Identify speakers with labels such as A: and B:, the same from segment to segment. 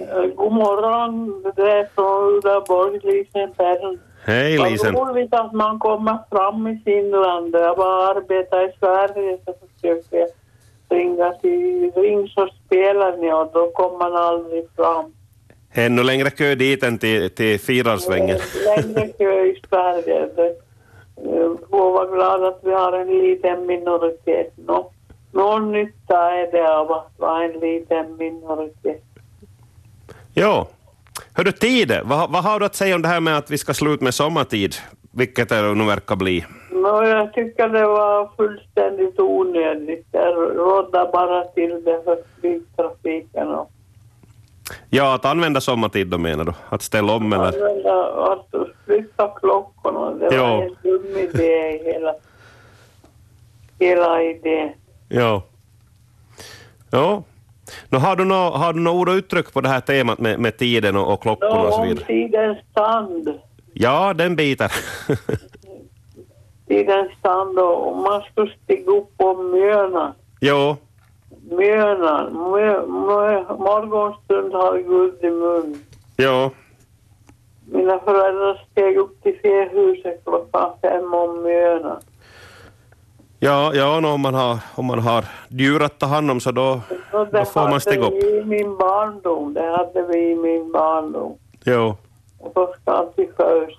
A: Eh, God morgon, det är från Udaborg, Lisenberg.
B: Hej Lisen.
A: Vad roligt att man kommer fram i Finland. Jag bara arbetar i Sverige så försökte jag ringa till Ring så spelar ni och då kommer man aldrig fram.
B: Ännu längre kö dit än till, till firarsvängen.
A: Längre kö i Sverige. Det- eh, Får vara glad att vi har en liten minoritet. Nå, någon nytta är det av att vara en liten minoritet.
B: Jo. Hördu, tid. Vad, vad har du att säga om det här med att vi ska sluta med sommartid? Vilket det nu verkar bli.
A: Nå, jag tycker det var fullständigt onödigt. Det rådde bara till det för flygtrafiken och
B: Ja, att använda sommartid då menar du? Att ställa om eller?
A: använda, att flytta klockorna. Det
B: Ja.
A: var en dum idé i hela, hela idén.
B: Ja. Ja. Nå, har du nå- har du några ord och uttryck på det här temat med, med tiden och, och
A: Nå,
B: klockorna och så
A: om
B: vidare?
A: tidens tand.
B: Ja, den biter.
A: Tidens tand och och man skulle stiga upp på Mjöna.
B: jo,
A: Mjöna. Mö, mö, morgonstund har guld i mun.
B: jo.
A: Mina föräldrar steg upp till fähuset klockan fem om Mjöna.
B: Ja, ja nå, om, man har, om man har djur att ta hand om så då,
A: Och
B: då får man stiga
A: Det
B: upp.
A: hade vi i min barndom. Det hade vi i min barndom.
B: Jo.
A: Och då ska alltid först.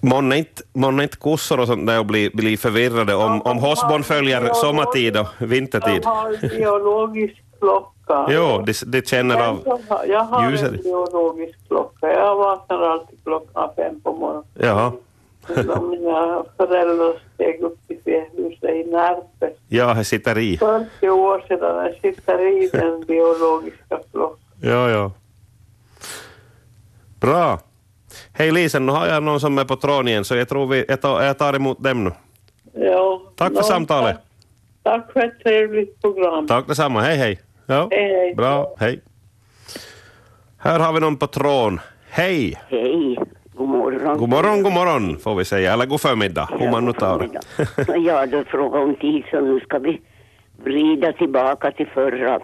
B: Månne inte, månne inte kossor och sånt där och bli, bli förvirrade om, om Hosborn följer sommartid och vintertid.
A: Jag har en biologisk klocka.
B: Jo, de, de känner
A: Men
B: av...
A: jag har- jag har
B: ljuset.
A: en biologisk klocka. Jag vaknar alltid klockan fem på morgonen.
B: Jaha.
A: När mina föräldrar steg upp till huset i Närpes.
B: Ja, jag sitter i.
A: 40 år sedan jag sitter i den biologiska klockan.
B: Ja, ja. Bra. Hej Lisen, nu har jag någon som är på tråden igen så jag tror vi, jag tar, jag tar emot dem nu.
A: Ja,
B: Tack för
A: nå,
B: samtalet.
A: Tack, tack för ett trevligt program.
B: Tack detsamma, hej hej. Ja.
A: Hej, hej.
B: Bra, hej. Här har vi någon på tråden. Hej!
C: Hej, god morgon.
B: God morgon, god morgon får vi säga, eller god förmiddag, om man nu tar det.
C: ja, du frågade om tid så nu ska vi vrida tillbaka till förra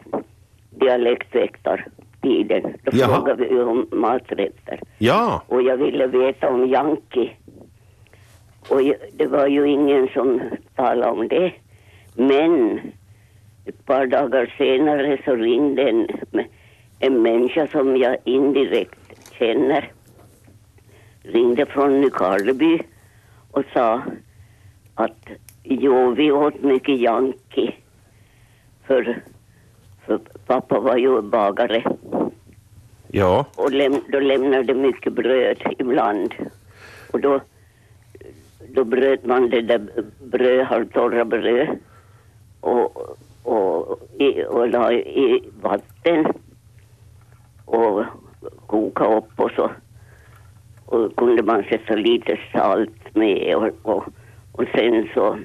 C: dialektväktartiden. Då
B: Jaha.
C: frågade vi ju om maträtter.
B: Ja,
C: Och jag ville veta om Yankee. Och jag- det var ju ingen som talade om det. Men ett par dagar senare så ringde en, en människa som jag indirekt känner. Ringde från Nykarleby och sa att jo, vi åt mycket Yankee. För, för pappa var ju bagare
B: ja,
C: och läm, då lämnade mycket bröd ibland. Och då, då bröt man det där bröd, halvtorra bröd och, och, i, och la i vatten och koka upp och så och kunde man sätta lite salt med och, och, och sen så,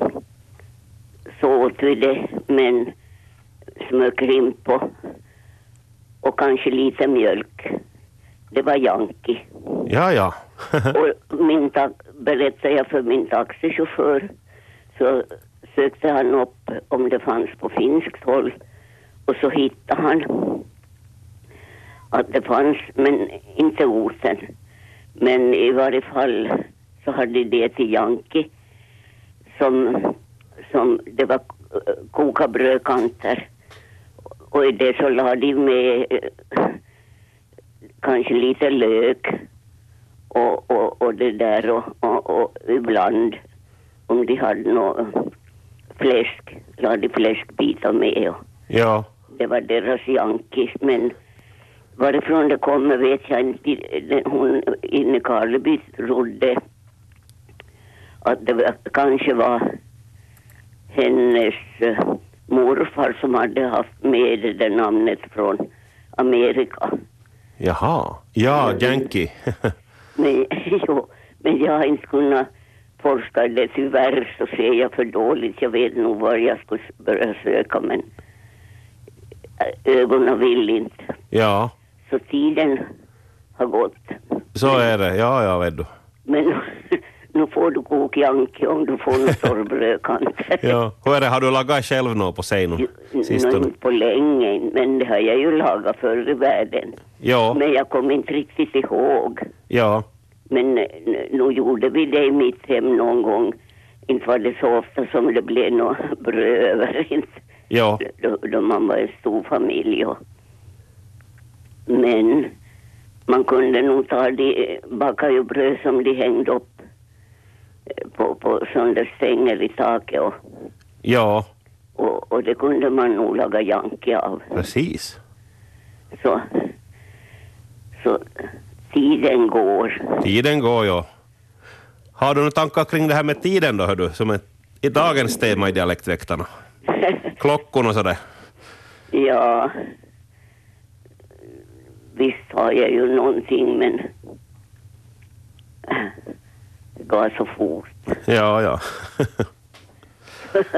C: så åt vi det med en smörklimp på och kanske lite mjölk. Det var Yankee.
B: ja, ja.
C: Och min ta- berättade jag för min taxichaufför så sökte han upp om det fanns på finskt håll och så hittade han att det fanns, men inte orten. Men i varje fall så hade det till Yankee som, som det var eh, koka brödkanter och i det så la de med eh, kanske lite lök och, och, och det där och, och, och ibland om de hade något fläsk, la de fläskbitar med. Och
B: ja.
C: det var deras jankis men varifrån det kommer vet jag inte. Den- Hon inne i Karleby trodde att det var, kanske var hennes eh, morfar som hade haft med det där namnet från Amerika.
B: Jaha. Ja, Yankee.
C: Men, jo, men jag har inte kunnat forska i det. Tyvärr så ser jag för dåligt. Jag vet nog var jag skulle börja söka men eh, ögonen vill inte.
B: ja,
C: Så tiden har gått.
B: så är det. Ja, ja, vet du.
C: Men nu får du kokjanke om du får något torrbrödkant.
B: Ja. Hur är det, har du lagat själv något på sig nu?
C: Nå,
B: Sistone?
C: inte på länge, men det har jag ju lagat förr i världen.
B: Ja,
C: Men jag kommer inte riktigt ihåg.
B: ja,
C: Men eh, n- nog gjorde vi det i mitt hem någon gång. Inte var det så ofta som det blev något bröd över. inte.
B: ja,
C: då, då man var en stor familj. Och... Men man kunde nog ta de, baka ju bröd som de hängde upp eh, på, på sådana där stänger i taket och,
B: ja,
C: och, och det kunde man nog laga janke av.
B: precis.
C: Så, så tiden går.
B: Tiden går, ja. Har du några tankar kring det här med tiden då, hör du, som är i dagens tema i Dialektväktarna? Klockorna och sådär.
C: ja, visst har jag ju någonting men det går så fort.
B: Ja, ja.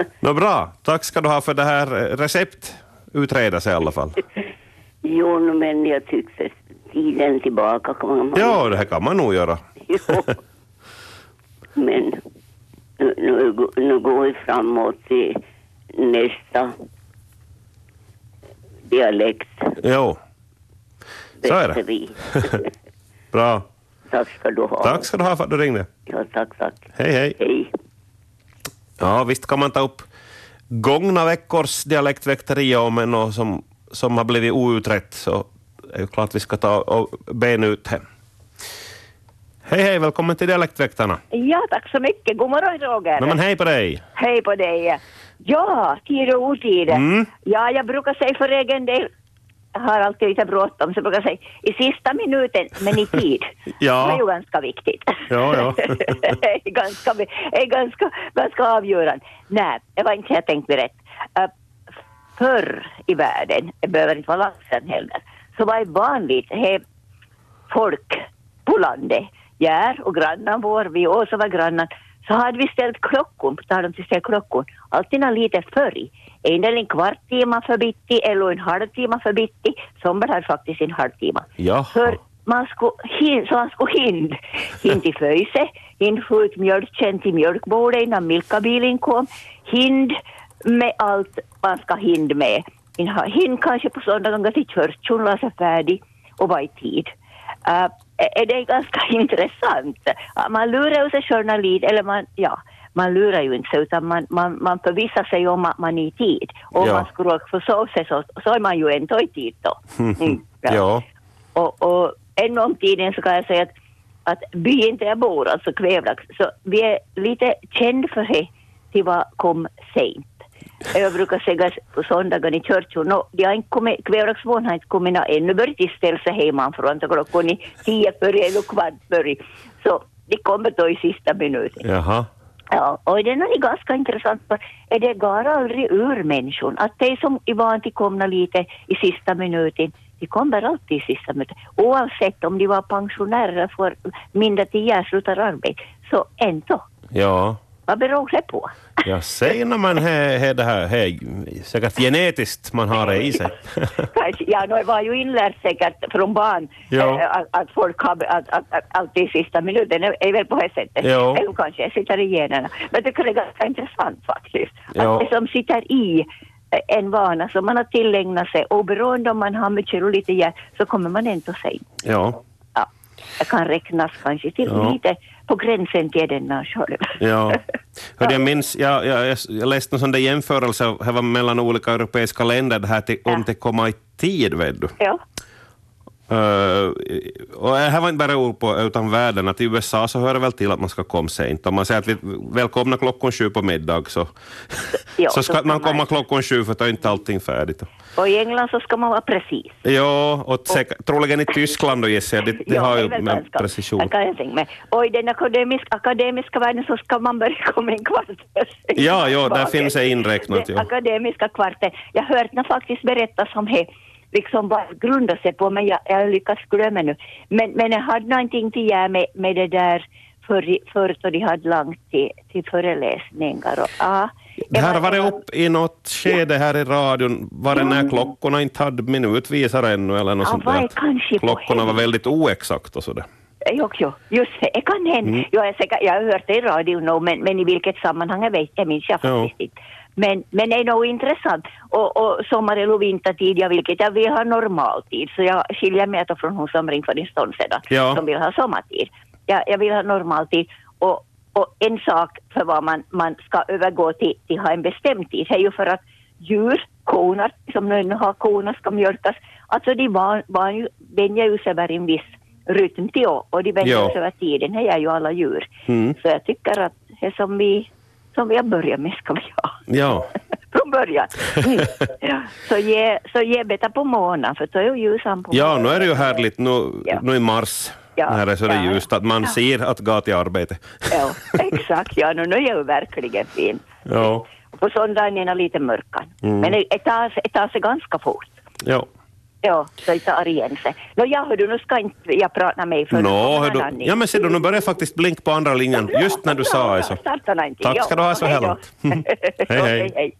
B: Nå bra, tack ska du ha för det här eh, recept. Utreda sig i alla fall.
C: Jo, nu, men jag tyckte tiden tillbaka kommer man.
B: Ja, det här kan man nog göra.
C: Jo. Men nu, nu, nu går vi framåt till nästa dialekt.
B: Jo, Så är det.
C: Bättre vi.
B: bra.
C: tack ska du ha.
B: Tack ska du ha för att du ringde.
C: Ja, tack, tack.
B: Hej, hej.
C: Hej.
B: Ja, visst kan man ta upp gångna veckors dialektväkteri om något som, som har blivit outrätt så är ju klart vi ska ta och bena ut det. Hej hej, välkommen till Dialektväktarna.
D: Ja, tack så mycket. God morgon, Roger.
B: No, men hej på dig.
D: Hej på dig. Ja, tid och otid.
B: Mm.
D: Ja, jag brukar säga för egen del, jag har alltid lite bråttom, så jag brukar säga i sista minuten, men i tid.
B: Ja.
D: Det är ju ganska viktigt.
B: Ja, ja.
D: Det är ganska, det är ganska, ganska avgörande. Nej, det var inte så jag tänkte rätt. Uh, förr i världen, det behöver inte vara länge sedan heller, så var det vanligt, he, folk på landet, Gär och grannar vår, vi också var grannar, så hade vi ställt klockan, på tal om att ställa klockan, alltid en lite förr. i. En del en kvart timme för bitti eller en halvtimme för bitti. Somliga hade faktiskt en halvtimme.
B: Jaha.
D: För man skulle, hin- så man skulle hinna. Hinna till föjse, hinna få ut mjölken till mjölkbordet innan milkabilen kom. Hinna med allt man ska hinna med. Hinna kanske på söndagar till kyrkan, la sig färdig och var i tid. Äh, är det är ganska intressant. Ja, Man lurar ju sig själv lite, eller man, ja, man lurar ju inte sig utan man, man, man förvissar sig om att man är i tid. Om
B: Ja.
D: man skulle råka försova sig så, så är man ju ändå i tid då. Mm, ja.
B: Ja,
D: Och, och ännu om tiden så kan jag säga att, att byn där jag bor, alltså Kvävlax, så vi är lite kända för det till vad kom sent. Jag brukar säga på söndagen i kyrkan, no, de har inte kommit, Kvävlaxbon har inte kommit nå ännu, börjat de ställa sig hemifrån, så klockan är tio före eller kvart före. Så de kommer då i sista minuten.
B: jaha.
D: Ja, och det är nog ganska intressant för är det går aldrig ur människan. Att de som är vana till komna lite i sista minuten, de kommer alltid i sista minuten. Oavsett om de var pensionärer för mindre tio år slutar arbete, så ändå.
B: Ja,
D: Vad beror det på?
B: jag säger när man he, he, det här, he, säkert genetiskt man har det i sig.
D: Kanske, ja, no, det var ju inlärt säkert från barn
B: Ja.
D: eh, att, att folk har att, att, att, alltid i sista minuten, det är väl på det sättet.
B: Ja.
D: Eller kanske det sitter i generna. Men jag tycker det är ganska intressant faktiskt.
B: Ja.
D: Att det som sitter i eh, en vana som man har tillägnat sig, oberoende om man har mycket och lite hjärn, så kommer man ändå sig.
B: Ja,
D: Ja. Det kan räknas kanske till
B: Ja.
D: lite på gränsen till den när själv.
B: Ja. Hörde, jag minns, jag, jag, jag- jag läste en sån där jämförelse här var mellan olika europeiska länder, det här till, om
D: Ja.
B: det kommer i tid, vet du.
D: ja.
B: Eh, och det här var inte bara ord på, utan världen, att i USA så hör det väl till att man ska komma sent. Om man säger att vi välkomna klockan sju på middag så,
D: Ja,
B: så ska
D: så ska
B: man komma
D: man-
B: klockan sju för då är inte allting färdigt.
D: Och i England så ska man vara precis.
B: Ja, och säkert, troligen i Tyskland då gissar jag, det, det
D: Ja,
B: har ju
D: är väl
B: med
D: ganska-
B: precision.
D: Jag kan jag tänka mig. Och i den akademiska, akademiska världen så ska man börja komma en kvart före.
B: Ja, ja, där finns det inräknat,
D: Den
B: ja.
D: akademiska kvarten. Jag hörde nog faktiskt berättas om det, liksom vad det grundar sig på, men jag, jag lyckas glömma nu. Men, men jag hade någonting till göra med, med det där förr, förr då de hade långt till, till föreläsningar. Och, ah,
B: Det här var det
D: var-
B: upp i något skede här i radion, var det när klockorna inte hade minutvisare ännu eller något
D: Mm. Ja,
B: sånt
D: vad är
B: där.
D: kanske på
B: Klockorna var
D: helgen?
B: väldigt oexakta och sådär.
D: Jo, jo, just det. Det kan hända.
B: Mm.
D: Jag, är säker, jag har hört det i radio nog, men, men i vilket sammanhang jag vet, jag minns jag
B: Jo.
D: faktiskt inte. Men, men det är nog intressant. Och, och sommar eller vintertid, ja, vilket jag vill ha normaltid. Så jag skiljer mig då från hon som ringde för en stund sedan,
B: Ja.
D: som vill ha sommartid. Jag, jag vill ha normaltid. Och, och en sak för vad man, man ska övergå till, till ha en bestämd tid, det är ju för att djur, koner, som nu har koner ska mjölkas, alltså de van, van, ju- vänjer ju sig vid en viss rytm till och, och de vänjer
B: Ja.
D: sig över tiden, det är ju alla djur.
B: Mm.
D: Så jag tycker att det som vi, som vi har börjat med ska vi ha
B: Ja.
D: från början. Mm. Ja. Så, ge, så ge bättre på morgonen, för då är ju ljusan på
B: ja,
D: morgonen.
B: nu är det ju härligt nu,
D: Ja.
B: nu i mars
D: Ja.
B: när det är så det
D: Ja.
B: ljust att man
D: Ja.
B: ser att gå till arbete.
D: Ja, exakt. Ja, nu, nu är jag ju verkligen fin.
B: ja.
D: Och På söndagen är det lite mörkan.
B: Mm.
D: Men det det tar, sig- det tar sig ganska fort.
B: ja.
D: Ja, så det tar igen sig. Nå, ja, hördu, nu ska inte jag prata med dig för
B: Nå, hör du. Ja, men ser du, nu börjar jag faktiskt blink på andra linjen just när du sa det. Så. Tack ska du ha så här långt.
D: hej,
B: Hej, hej.
D: hej.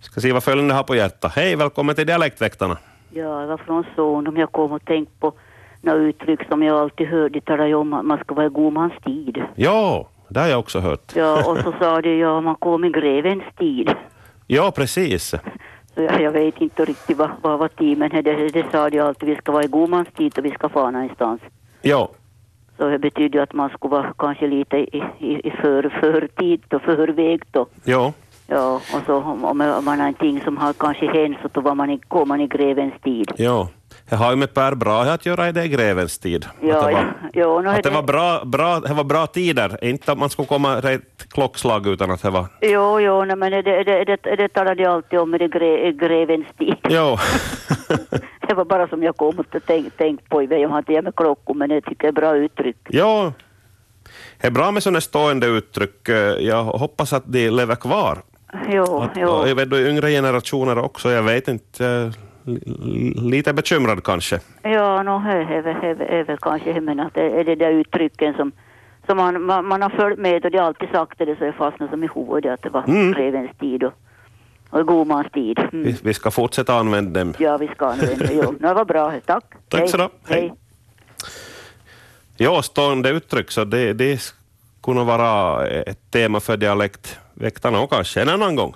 B: Ska se vad följande har på hjärtat. Hej, välkommen till Dialektväktarna.
E: Ja, det var från son om jag kom och tänkte på några uttryck som jag alltid hörde tala ju om att man ska vara i god mans tid.
B: Ja, det har jag också hört.
E: Ja, och så sa de ja, man kom i grevens tid.
B: Ja, precis.
E: Så jag, jag vet inte riktigt vad, vad var tid, men det, det, det sa de alltid, vi ska vara i god mans tid och vi ska fara någonstans.
B: Ja,
E: Så det betyder ju att man skulle vara kanske lite i, i, i för, förtid och förväg då.
B: ja.
E: Ja, och så om, om man har en ting som har kanske hänt så då var man i, kom man i grevens tid.
B: Ja, jag har ju med Per Brahe att göra i det grevens tid.
E: Ja,
B: att det
E: ja,
B: var,
E: ja, nu är
B: att det
E: det-
B: var, bra, bra, det var bra tider, inte att man skulle komma rätt klockslag utan att det var...
E: Jo, jo, nej, men det, det, det, det talade jag alltid om i det gre, grevens tid.
B: Ja.
E: Det var bara som jag kom och tänk, tänkt på i väg. Jag har inte ge mig klockor, men jag tycker det är bra uttryck.
B: ja. Det är bra med sådana stående uttryck. Eh, Jag hoppas att de lever kvar.
E: Jo,
B: Att, och jag
E: jo,
B: vet, då yngre generationer också, jag vet inte. eh, li- Lite bekymrad kanske.
E: ja, nå, he- he- he- he- he- väl kanske, jag menar, att det är det där uttrycken som, som man, man, man har följt med och det har alltid sagt det, så jag fastnar som i huvudet att det var
B: Mm.
E: grevens tid och, och god mans tid. Mm.
B: Vi, vi ska fortsätta använda dem.
E: Ja, vi ska använda, jo. Nå, det var bra, tack.
B: Tack så då. Hej.
E: Hej.
B: Ja, stående uttryck, så det, det skulle nog vara ett tema för dialektväktarna och kanske en annan gång.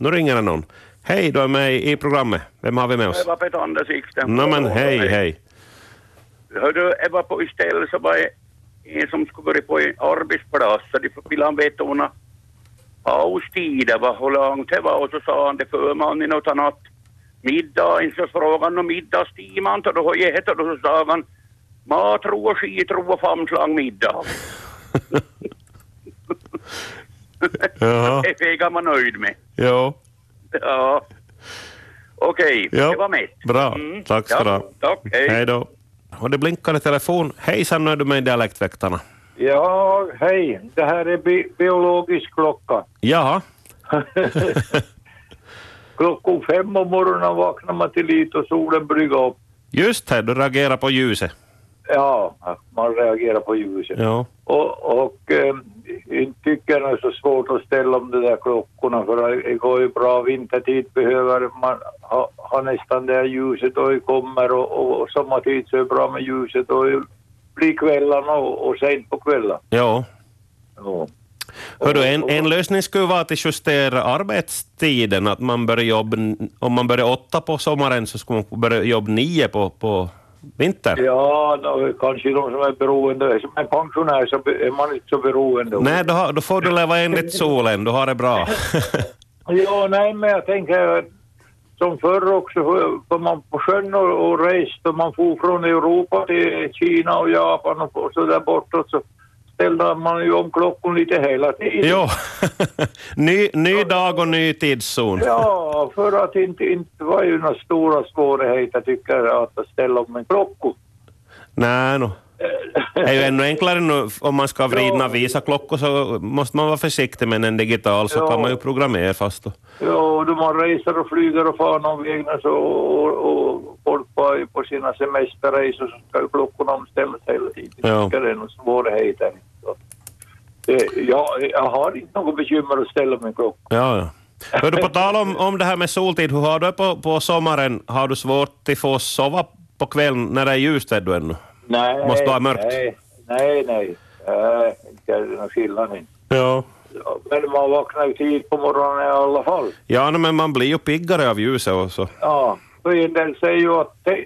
B: Nu ringer det någon. Hej, du är med i programmet. Vem har vi med oss?
F: Jag var på ett andra sikte.
B: Nå men hej, hej.
F: Hördu, jag var på istället så var det en som skulle börja på en arbetsplats så de ville han veta om han paustider, vad hur långt det var och så sa han det förmannen åt han att middagen så frågade han om middagstiman och då har jag hett och då sa han matro och skitro och famslang middag.
B: Jaha,
F: Det är man nöjd med.
B: ja,
F: Ja. Okej,
B: ja.
F: det var mest.
B: Bra,
F: Mm.
B: tack ska du
F: ja,
B: ha.
F: Tack, hej.
B: Hej då. Och det blinkar i telefon. Hejsan, nu är du med i Dialektväktarna.
G: Ja, hej. Det här är bi- biologisk klocka.
B: Jaha,
G: Klockan fem på morgonen vaknar man till lite och solen brygger upp.
B: just det, du reagerar på ljuset.
G: Ja, man reagerar på ljuset.
B: Ja,
G: Och, och eh, inte tycker jag det är så svårt att ställa om de där klockorna för det går ju bra vintertid behöver man ha, ha nästan det här ljuset då det kommer och, och, och sommartid så är det bra med ljuset då det blir kvällarna och, och sent på kvällen.
B: ja.
G: Ja.
B: Hördu, en, en lösning skulle vara att justera arbetstiden, att man börjar jobba, om man börjar åtta på sommaren så skulle man börja jobba nio på, på vintern.
G: Ja, då, kanske de som är beroende. Som en pensionär så be- är man inte så beroende.
B: Nej, då, har- då får du leva enligt solen, du har det bra.
G: Ja, nej, men jag tänker eh, som förr också, för man på sjön och, och reste, man for från Europa till Kina och Japan och, och så där bortåt så ställde man ju om klockan lite hela tiden.
B: jo. ny, ny dag och ny tidszon.
G: Ja, för att inte, inte var ju några stora svårigheter tycker jag att ställa om en klocka.
B: Nej, no. Det är ju ännu enklare nu om man ska vridna
G: Ja.
B: visa klockor så måste man vara försiktig men en digital så
G: Ja.
B: kan man ju programmera fast. då.
G: Ja, och då man reser och flyger och far någon väg nu så, och, och folk var ju på sina semesterresor så ska ju klockorna omställas hela tiden.
B: Ja.
G: Ja. Det är någon svårighet där. Så, eh, Jag, jag har inte något bekymmer att ställa min klocka.
B: Ja, ja. Hör du, på tal om, om det här med soltid, hur har du det på, på sommaren? Har du svårt att få sova på kvällen när det är ljust vet du ännu?
G: Nej,
B: Måste vara mörkt.
G: Nej, nej, nej. Nej, inte är det någon skillnad inte.
B: Ja.
G: Ja, Men man vaknar ju tid på morgonen i alla fall.
B: Ja, no, men man blir ju piggare av ljuset och så.
G: Ja, och en del säger ju att te-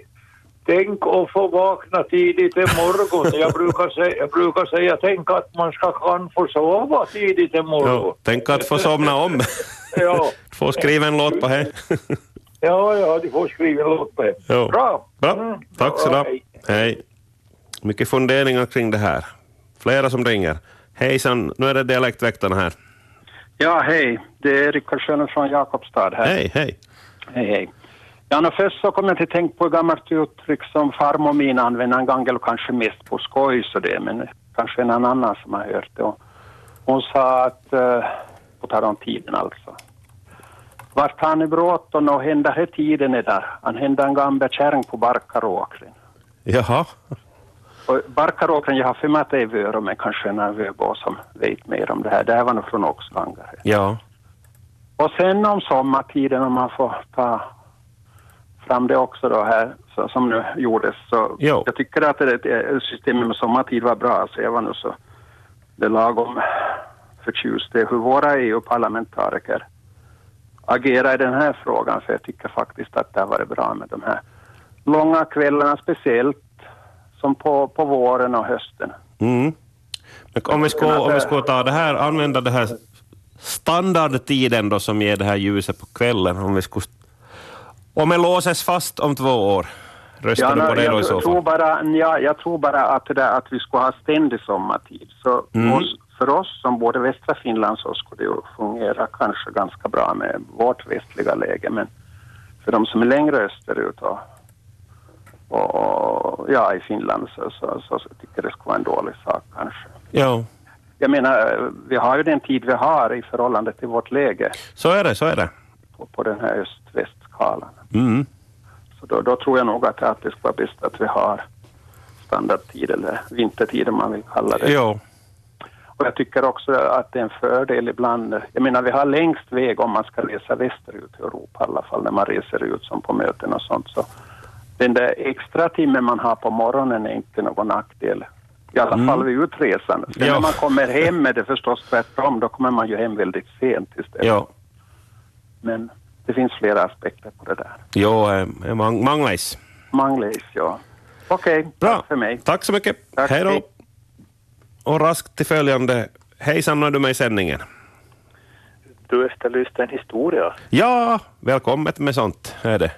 G: tänk att få vakna tidigt en morgon. Jag brukar, säga, jag brukar säga tänk att man ska kan få sova tidigt en morgon.
B: Ja, tänk att få somna om.
G: Ja,
B: Få skriva en låt på det.
G: ja, ja du får skriva en låt på det.
B: Ja.
G: Bra!
B: Bra,
G: Mm.
B: tack så
G: Ja,
B: du
G: hej.
B: Hej. Mycket funderingar kring det här. Flera som ringer. Hejsan, nu är det dialektväktarna här.
H: Ja, hej. Det är Rickard Schönen från Jakobstad här.
B: Hej, hej.
H: Hej, hej. Ja, nå, först så kom jag till tänka på ett gammalt uttryck som farmor min använde en gång, eller kanske mest på skoj så det, men kanske en annan som har hört det. Och hon sa att, eh, på tal om tiden alltså, vart han är bråttom och hända här tiden är där, han hända en gammal kärring på barkaråkren.
B: Jaha.
H: Och barkaråkren, jag har för mig att det är Vörå, men kanske en av Vöbo som vet mer om det här. Det här var nog från Oxhanger.
B: Ja.
H: Och sen om sommartiden, om man får ta fram det också då här, så, som nu gjordes, så
B: Jo.
H: jag tycker att det, det systemet med sommartid var bra, så jag var nu så det är lagom förtjust i hur våra EU-parlamentariker agerar i den här frågan, för jag tycker faktiskt att det har varit bra med de här långa kvällarna, speciellt som på, på våren och hösten.
B: Mm. Men om vi skulle, om vi skulle ta det här, använda det här standardtiden då som ger det här ljuset på kvällen. Om vi skulle... Om det låses fast om två år, röstar
H: Ja,
B: du på
H: nej,
B: det då i
H: jag,
B: så
H: tror
B: fall?
H: bara, ja, jag tror bara att, det där, att vi ska ha ständig sommartid. Så
B: Mm.
H: oss, för oss som både västra Finland så skulle det ju fungera kanske ganska bra med vårt västliga läge. Men för de som är längre österut och, och ja, i Finland så, så, så, så tycker jag det skulle vara en dålig sak kanske.
B: Ja,
H: Jag menar, vi har ju den tid vi har i förhållande till vårt läge
B: så är det, så är det.
H: på, på den här öst-väst-skalan.
B: Mm.
H: Så då, då tror jag nog att, att det ska vara bäst att vi har standardtid eller vintertid om man vill kalla det.
B: Jo.
H: Och jag tycker också att det är en fördel ibland. Jag menar vi har längst väg om man ska resa västerut i Europa i alla fall när man reser ut som på möten och sånt. Så den där extra timmen man har på morgonen är inte någon nackdel. I alla fall vid utresan. Sen
B: Mm. Ja.
H: när man kommer hem är det förstås tvärtom. Då kommer man ju hem väldigt sent istället.
B: Jo.
H: Men det finns flera aspekter på det där.
B: Jo, eh, mang- manglais.
H: Manglis, ja. Okej,
B: Bra.
H: tack för mig.
B: Tack så mycket.
H: Tack.
B: Hej då.
H: Hej.
B: Och raskt till följande. Hejsan, nu är du med i sändningen.
I: Du efterlyste en historia.
B: Ja, välkommet med sånt är det.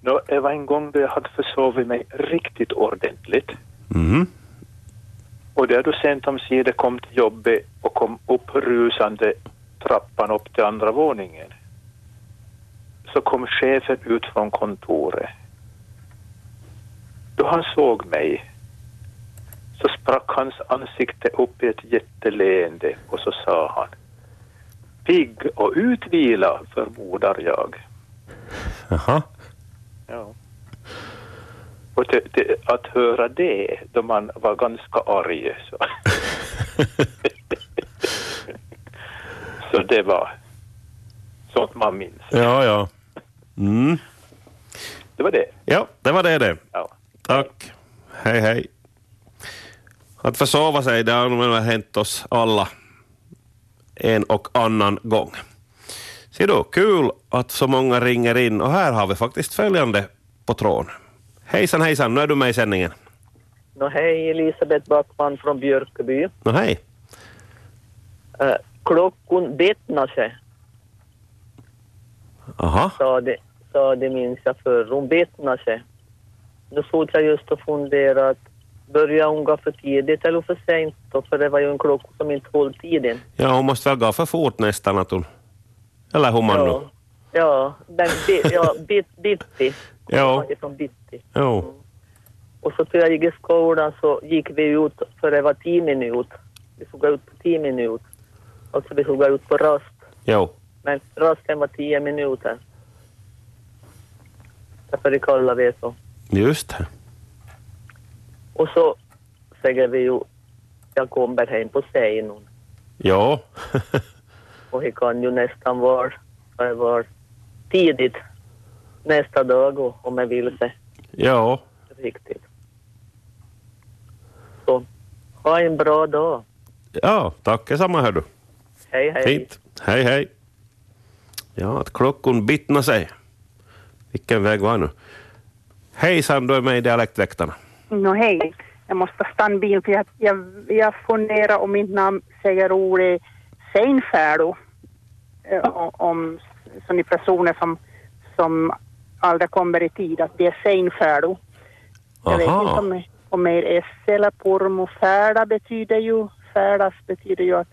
I: Nå, det var en gång då jag hade försovit mig riktigt ordentligt.
B: Mhm.
I: Och där du sent om sidor kom till jobbet och kom upp rusande trappan upp till andra våningen. Så kom chefen ut från kontoret. Då han såg mig så sprack hans ansikte upp i ett jätteleende och så sa han Pigg och utvila förmodar jag.
B: Jaha.
I: Ja. Och det, det, att höra det då man var ganska arg. Så, så det var sånt man minns.
B: Ja, ja. Mm.
I: Det var det.
B: Ja, det var det det.
I: Ja.
B: Tack. Hej, hej. Att försova sig, det har nog hänt oss alla en och annan gång. Se då, kul att så många ringer in och här har vi faktiskt följande på tråden. Hejsan, hejsan, nu är du med i sändningen.
J: Nå, hej, Elisabeth Backman från Björkeby.
B: Nå hej.
J: Eh, klockan bettnar sig,
B: Aha.
J: sa det, sa det minns jag förr. Hon bettnar sig. Nu får jag just att fundera att börjar hon gå för tidigt eller för sent då? För det var ju en klocka som inte höll tiden.
B: Ja, hon måste väl gå för fort nästan att hon... Eller hur man nu...
J: Ja. Ja, men bi, ja, bit, bitti.
B: Ja.
J: Från bitti.
B: Jo.
J: Och så till jag gick i skolan så gick vi ut, för det var tio minut. Vi såg ut på tio minut. Och så vi såg ut på rast.
B: Jo.
J: Men rasten var tio minuter. Därför det kallar vi så.
B: Just det.
J: Och så säger vi ju, jag kommer hem på scenen.
B: Jo.
J: Och det kan ju nästan vara, det var tidigt nästa dag och- om jag vill se
B: jo.
J: riktigt. Ha en bra dag.
B: Ja, tack detsamma hör du.
J: Hej, hej.
B: Fint. Hej, hej. Ja, att klockan bittnar sig. Vilken väg var nu? Hejsan, du är med i Dialektväktarna.
K: Nå hej, jag måste stanna bilen för jag, jag, jag funderar om mitt namn säger ordet Seinfeld eh, o- om sådana personer som, som aldrig kommer i tid, att det är Seinfeld. Jag vet inte om, om er S eller pormo. Färda betyder ju, färdas betyder ju att,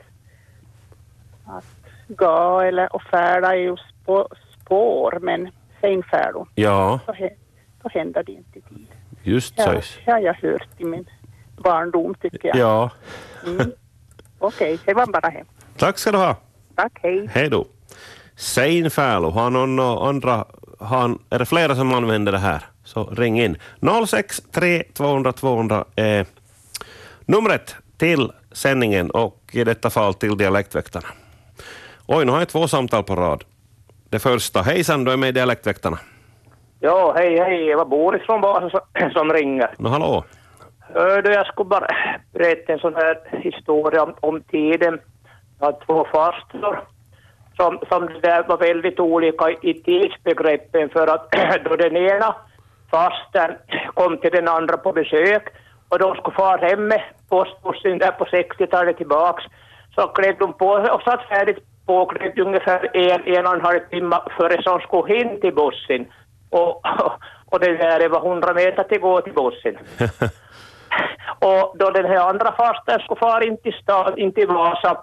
K: att gå eller och färda är ju spå, spår, men Seinfeld,
B: Ja,
K: då, hä- då händer det inte.
B: just
K: Ja,
B: så.
K: ja, jag hört i min barndom tycker jag.
B: Ja,
K: Mm. Okej, det var bara det.
B: tack ska du ha.
K: Tack, hej.
B: Hej då. Seinfälu, har någon och andra, har, han- är det flera som använder det här? Så ring in. 063 200 200 är numret till sändningen och i detta fall till Dialektväktarna. Oj, nu har jag två samtal på rad. Det första, hejsan, du är med i Dialektväktarna.
L: Ja, hej, hej. Det var Boris från Vasa som- som ringer.
B: Nå, hallå.
L: Hör du, jag skulle bara berätta en sån här historia om, om tiden. Jag har två farsor som, som det där var väldigt olika i tidsbegreppen för att då den ena fastern kom till den andra på besök och de skulle fara hem med postbussen där på 60-talet tillbaks så klädde hon på sig och satt färdigt påklädd ungefär en, en och en halv timme före som skulle hin till bussen. Och, och det där det var 100 meter till gå till bussen. Och då den här andra farstern skulle fara in till stan, in till Vasa,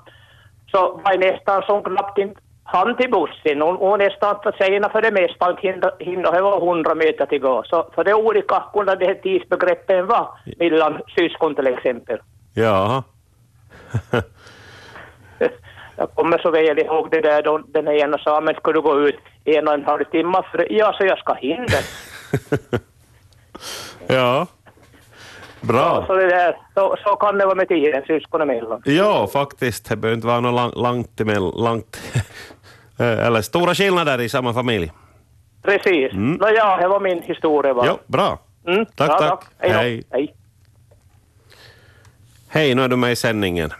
L: så var det nästan som knappt inte han till bussen. Hon, hon nästan försenade för det mesta, inte hinner- hinner, det var hundra meter till gå. Så för det är olika kunde det här tidsbegreppen vara mellan syskon till exempel.
B: Ja,
L: Jag kommer så väl ihåg det där då den här ena sa, men ska du gå ut en och en halv timme för Ja, så jag ska hinna.
B: ja. Bra.
L: Så det där, så, så kan det vara med tiden, syskon emellan.
B: Ja, faktiskt. Det behöver inte vara något lang- långt emell- långt eller stora skillnader i samma familj.
L: Precis.
B: Mm.
L: Nå ja, det var min historia va.
B: Jo, bra.
L: Mm.
B: Tack,
L: ja,
B: tack.
L: Hej. då.
B: Hej.
L: Hej.
B: Hej, nu är du med i sändningen.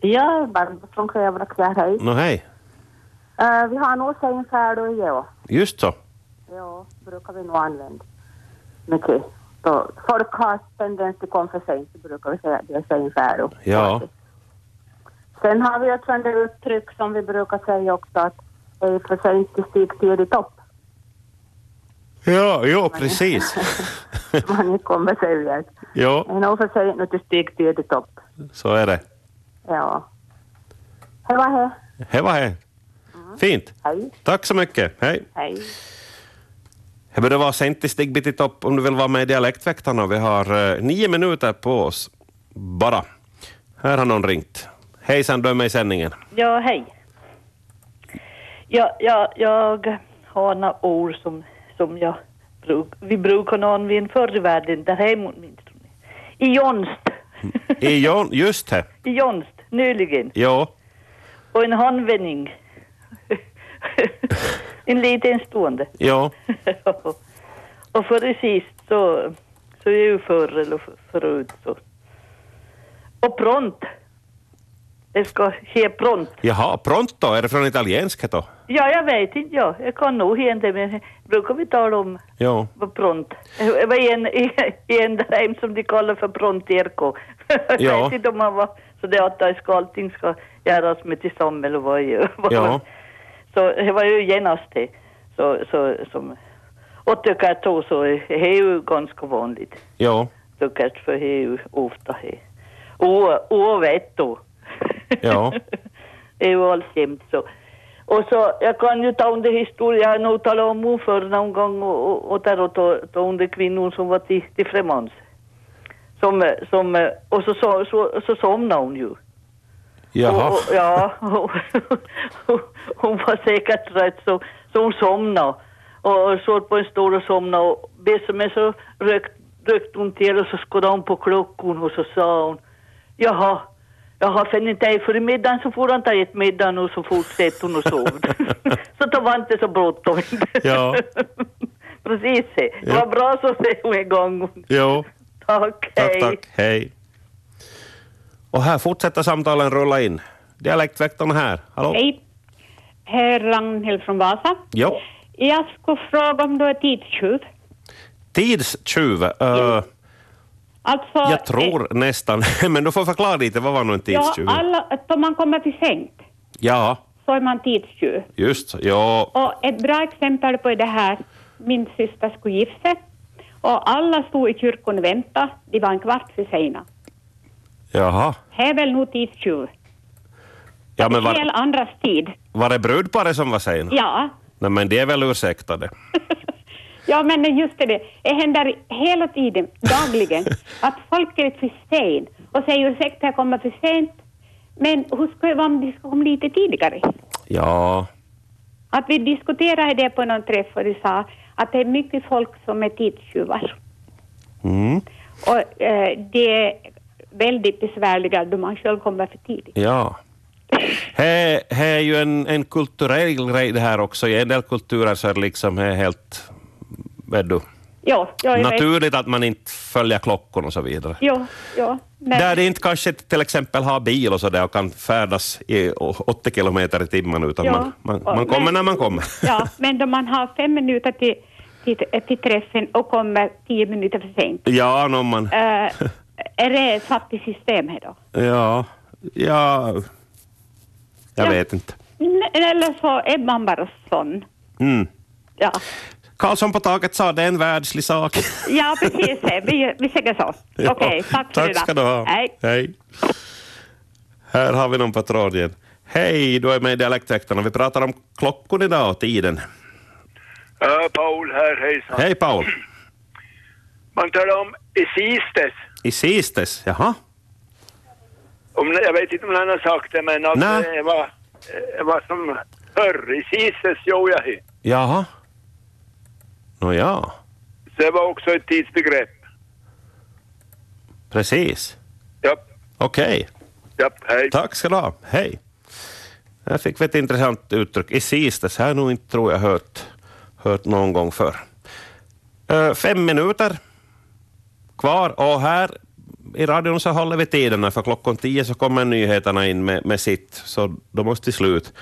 M: Ja, Barbro från Klövrakvär, hej.
B: Nå hej,
M: Eh, vi har nog Seinfeld och jag.
B: just så.
M: Ja, brukar vi nog använda. Mycket. Då, folk har tendens till kom för sent, så brukar vi säga att det är Seinfeld. och-
B: Ja,
M: Sen har vi ett sånt där uttryck som vi brukar säga också att det är för sent till stig tidigt upp.
B: ja, jo, precis.
M: Man är kommersiell. Det
B: Jo,
M: är nog för sent nu till stig tidigt upp.
B: så är det.
M: Ja. Hej, vad hej.
B: Hej vad hej. Fint.
M: Hej.
B: Tack så mycket. Hej.
M: Hej.
B: Det börjar vara sent i stigbit upp om du vill vara med i Dialektväktarna. Vi har eh, nio minuter på oss bara. Här har någon ringt. Hejsan, du är med i sändningen.
N: Ja, hej. Ja, ja, jag har några ord som, som jag bruk, vi brukade använda förr i världen, där hemma åtminstone. I Jonst,
B: I Jon, just det.
N: i Jonst, nyligen.
B: Jo,
N: Och en handvändning. en liten stående.
B: jo.
N: och för det sist så, så är ju förr eller för- förut så. Och pront. Det ska ske pront.
B: Jaha, pronto, är det från italienska då?
N: Ja, jag vet inte. Ja. Jag kan nog hända, men brukar vi tala om
B: Jo.
N: vad pront. Det var en, en där hem som de kallar för pront RK.
B: Ja.
N: Jag vet inte om han var så det att det ska, allting ska göras med tillsammans eller vad ju. vad-
B: Ja.
N: Så det var ju genast det. Så, så, som, och tycker jag då så är det ju ganska vanligt.
B: Jo,
N: Tycker jag, för det är ju ofta det. Och, och vet du.
B: jo.
N: Det är ju alltjämt så. Och så, jag kan ju ta under historia, jag har nog talat om hon förr någon gång och, och, och där och ta, ta under kvinnor som var till, till främmans. Som, eh, som, eh, och så, så, så, så somnade hon ju.
B: Jaha.
N: Och, och, ja, och, hon var säkert trött så, så hon somnade. Och, och såg på en stol och somnade och bäst med så rökt, rökte hon till och så skådade hon på klockan och så sa hon Jaha, jaha, för inte är för middagen så får han ta ett middagen och så fortsätter hon och sov. så det var inte så bråttom.
B: Ja.
N: Precis det. Det var bra så säger hon en gång.
B: Jo.
N: Tack,
B: Tack,
N: hej.
B: tack. Hej. Och här fortsätter samtalen rulla in. Dialektväktarna här. Hallå?
O: Hej. Herr Ragnhild från Vasa.
B: Jo.
O: Jag skulle fråga om du är tidstjuv.
B: Tidstjuv. eh,
O: Alltså,
B: jag tror nästan, men du får förklara lite, vad var nu en
O: ja,
B: tidstjuv?
O: alla, att om man kommer till sänkt
B: Ja,
O: så är man tidstjuv.
B: just så. ja.
O: Och ett bra exempel på det här, min syster skulle gifta sig och alla stod i kyrkan och väntade. De var en kvart i sena.
B: Jaha.
O: Det är väl nog tidstjuv.
B: Ja, men
O: Hel
B: var,
O: andras tid.
B: var det brudparet som var sen?
O: Ja.
B: Nej, men det är väl ursäktade.
O: Ja, men just det, det händer hela tiden, dagligen, att folk är för sent och säger ursäkta, jag kommer för sent. Men hur ska det vara om de ska komma lite tidigare?
B: Ja,
O: Att vi diskuterade det på någon träff och de sa att det är mycket folk som är tidstjuvar.
B: mm.
O: Och eh, det är väldigt besvärliga då man själv kommer för tidigt.
B: ja. Här här är ju en, en kulturell grej det här också. I en del kulturer så är det liksom här helt, vet du,
O: Ja, jag är
B: naturligt att man inte följer klockan och så vidare.
O: Ja, ja. Men,
B: Där de inte kanske till exempel har bil och så där och kan färdas i å- 80 kilometer i timmen utan
O: Ja,
B: man, man,
O: och-
B: man kommer
O: men-
B: när man kommer.
O: ja, men då man har fem minuter till, till, till träffen och kommer tio minuter för sent.
B: Ja, no, man,
O: Eh, är det satt i system här då?
B: ja, ja, jag vet inte.
O: N- Eller så är man bara sån.
B: Mm.
O: Ja,
B: Karlsson på taket sa det är en världslig sak.
O: ja precis. Vi, vi säger så.
B: Ja,
O: Okej, tack för
B: Tack
O: idag.
B: ska du ha.
O: Hej.
B: Hej. Här har vi någon på tråden. igen. Hej, du är med i Dialektväktarna. Vi pratar om klockan idag och tiden.
P: Ja, Paul här, hejsan.
B: Hej Paul.
P: Man talar om sistes.
B: I Sistes, jaha.
P: Om, jag vet inte om någon har sagt det, men att eh,
B: Nej.
P: det var, eh, det var som förr. I sistes gjorde jag det.
B: Jaha. Nå ja,
P: Så det var också ett tidsbegrepp.
B: precis.
P: Japp.
B: Okej.
P: Japp, hej.
B: Tack ska du ha. Hej. Här fick vi ett intressant uttryck. I sistes, här har jag nog inte tror jag hört, hört någon gång förr. Eh, fem minuter kvar och här i radion så håller vi tiderna för klockan tio så kommer nyheterna in med, med sitt, så de måste till slut.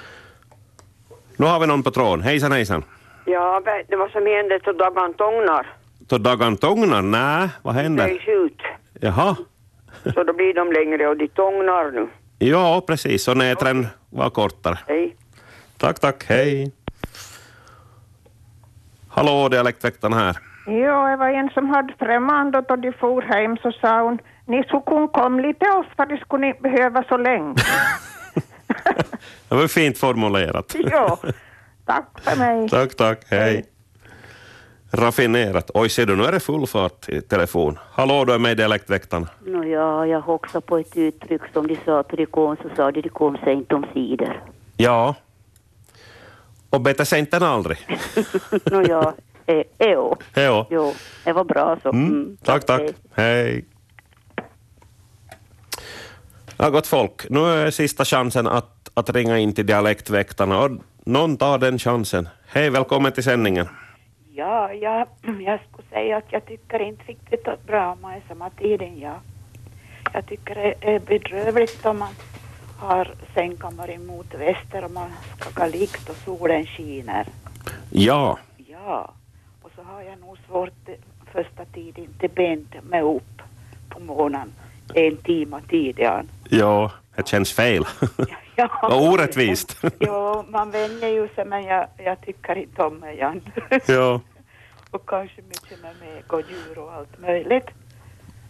B: Nu har vi någon på tråden. Hejsan hejsan.
Q: Ja, vet du vad som händer då dagen tångnar?
B: Då dagen tångnar? Nä, vad händer?
Q: Röjs ut.
B: Jaha.
Q: Så då blir de längre och de tångnar nu.
B: Ja, precis. Och nätren var kortare.
Q: Hej.
B: Tack, tack. Hej. Hallå, dialektväktaren här.
R: Jo, det var en som hade främmande och då de for hem så sa hon ni skulle kunna komma lite oftare, skulle ni inte behöva så länge.
B: Det var fint formulerat.
R: jo, tack för mig.
B: Tack, tack. Hej. Raffinerat. Oj, ser du, nu är det full fart i telefon. Hallå, du är med i dialektväktaren.
E: Nå ja, jag hoxade på ett uttryck som de sa till de kom, så sa de de kom sent omsider.
B: Ja. Och bättre sent än aldrig.
E: Nå ja, eh, jo.
B: Jo.
E: jo, det var bra så.
B: Mm. Tack, tack. Hej. Ja, gott folk, nu är sista chansen att, att ringa in till dialektväktarna. Och någon tar den chansen. Hej, välkommen till sändningen.
S: Ja, jag, jag skulle säga att jag tycker inte riktigt att bra om man är sommartiden, ja. Jag tycker det är bedrövligt om man har sängkammare mot väster och man ska gå likt och solen skiner.
B: Ja.
S: Ja, och så har jag nog svårt eh, första tiden till bent med upp på morgonen en timme tidigare.
B: Ja, det känns fel.
S: Ja.
B: Och orättvist.
S: Jo, man vänjer ju sig, men jag, jag tycker inte om mig igen.
B: ja.
S: och kanske mycket med meg och djur och allt möjligt.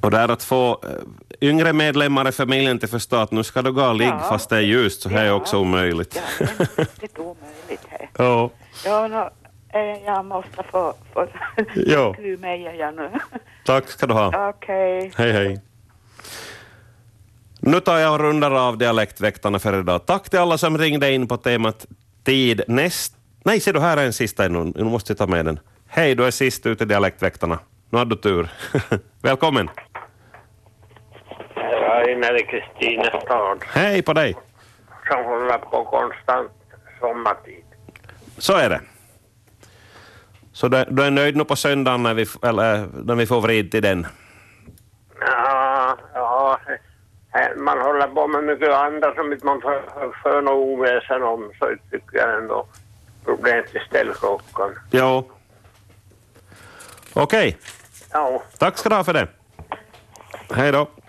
B: Och där att få eh, yngre medlemmar i familjen till förstå att nu ska du gå och ligg
S: Ja.
B: fast det är ljust, så här är också omöjligt.
S: Det är omöjligt här.
B: Ja.
S: Ja, no, eh, jag måste få, få
B: Ja.
S: klu mig igen nu.
B: Tack ska du ha.
S: Okej.
B: Hej, hej. Nu tar jag och rundar av dialektväktarna för idag. Tack till alla som ringde in på temat tid. Näst... Nej, ser du, här är en sista ännu. Nu måste jag ta med den. Hej, du är sist ut i dialektväktarna. Nu hade du tur. Välkommen.
T: Jag är inne i Kristinestad
B: Hej på dig.
T: som håller på konstant sommartid.
B: Så är det. Så du, du är nöjd nu på söndagen när vi, f- eller, när vi får vrid till den?
T: Ja, ja, här man håller på med mycket andra som inte man får, får något oväsen om så tycker jag ändå problemet är ställklockan.
B: Jo. Okej,
T: Ja.
B: tack ska du ha för det. Hej då.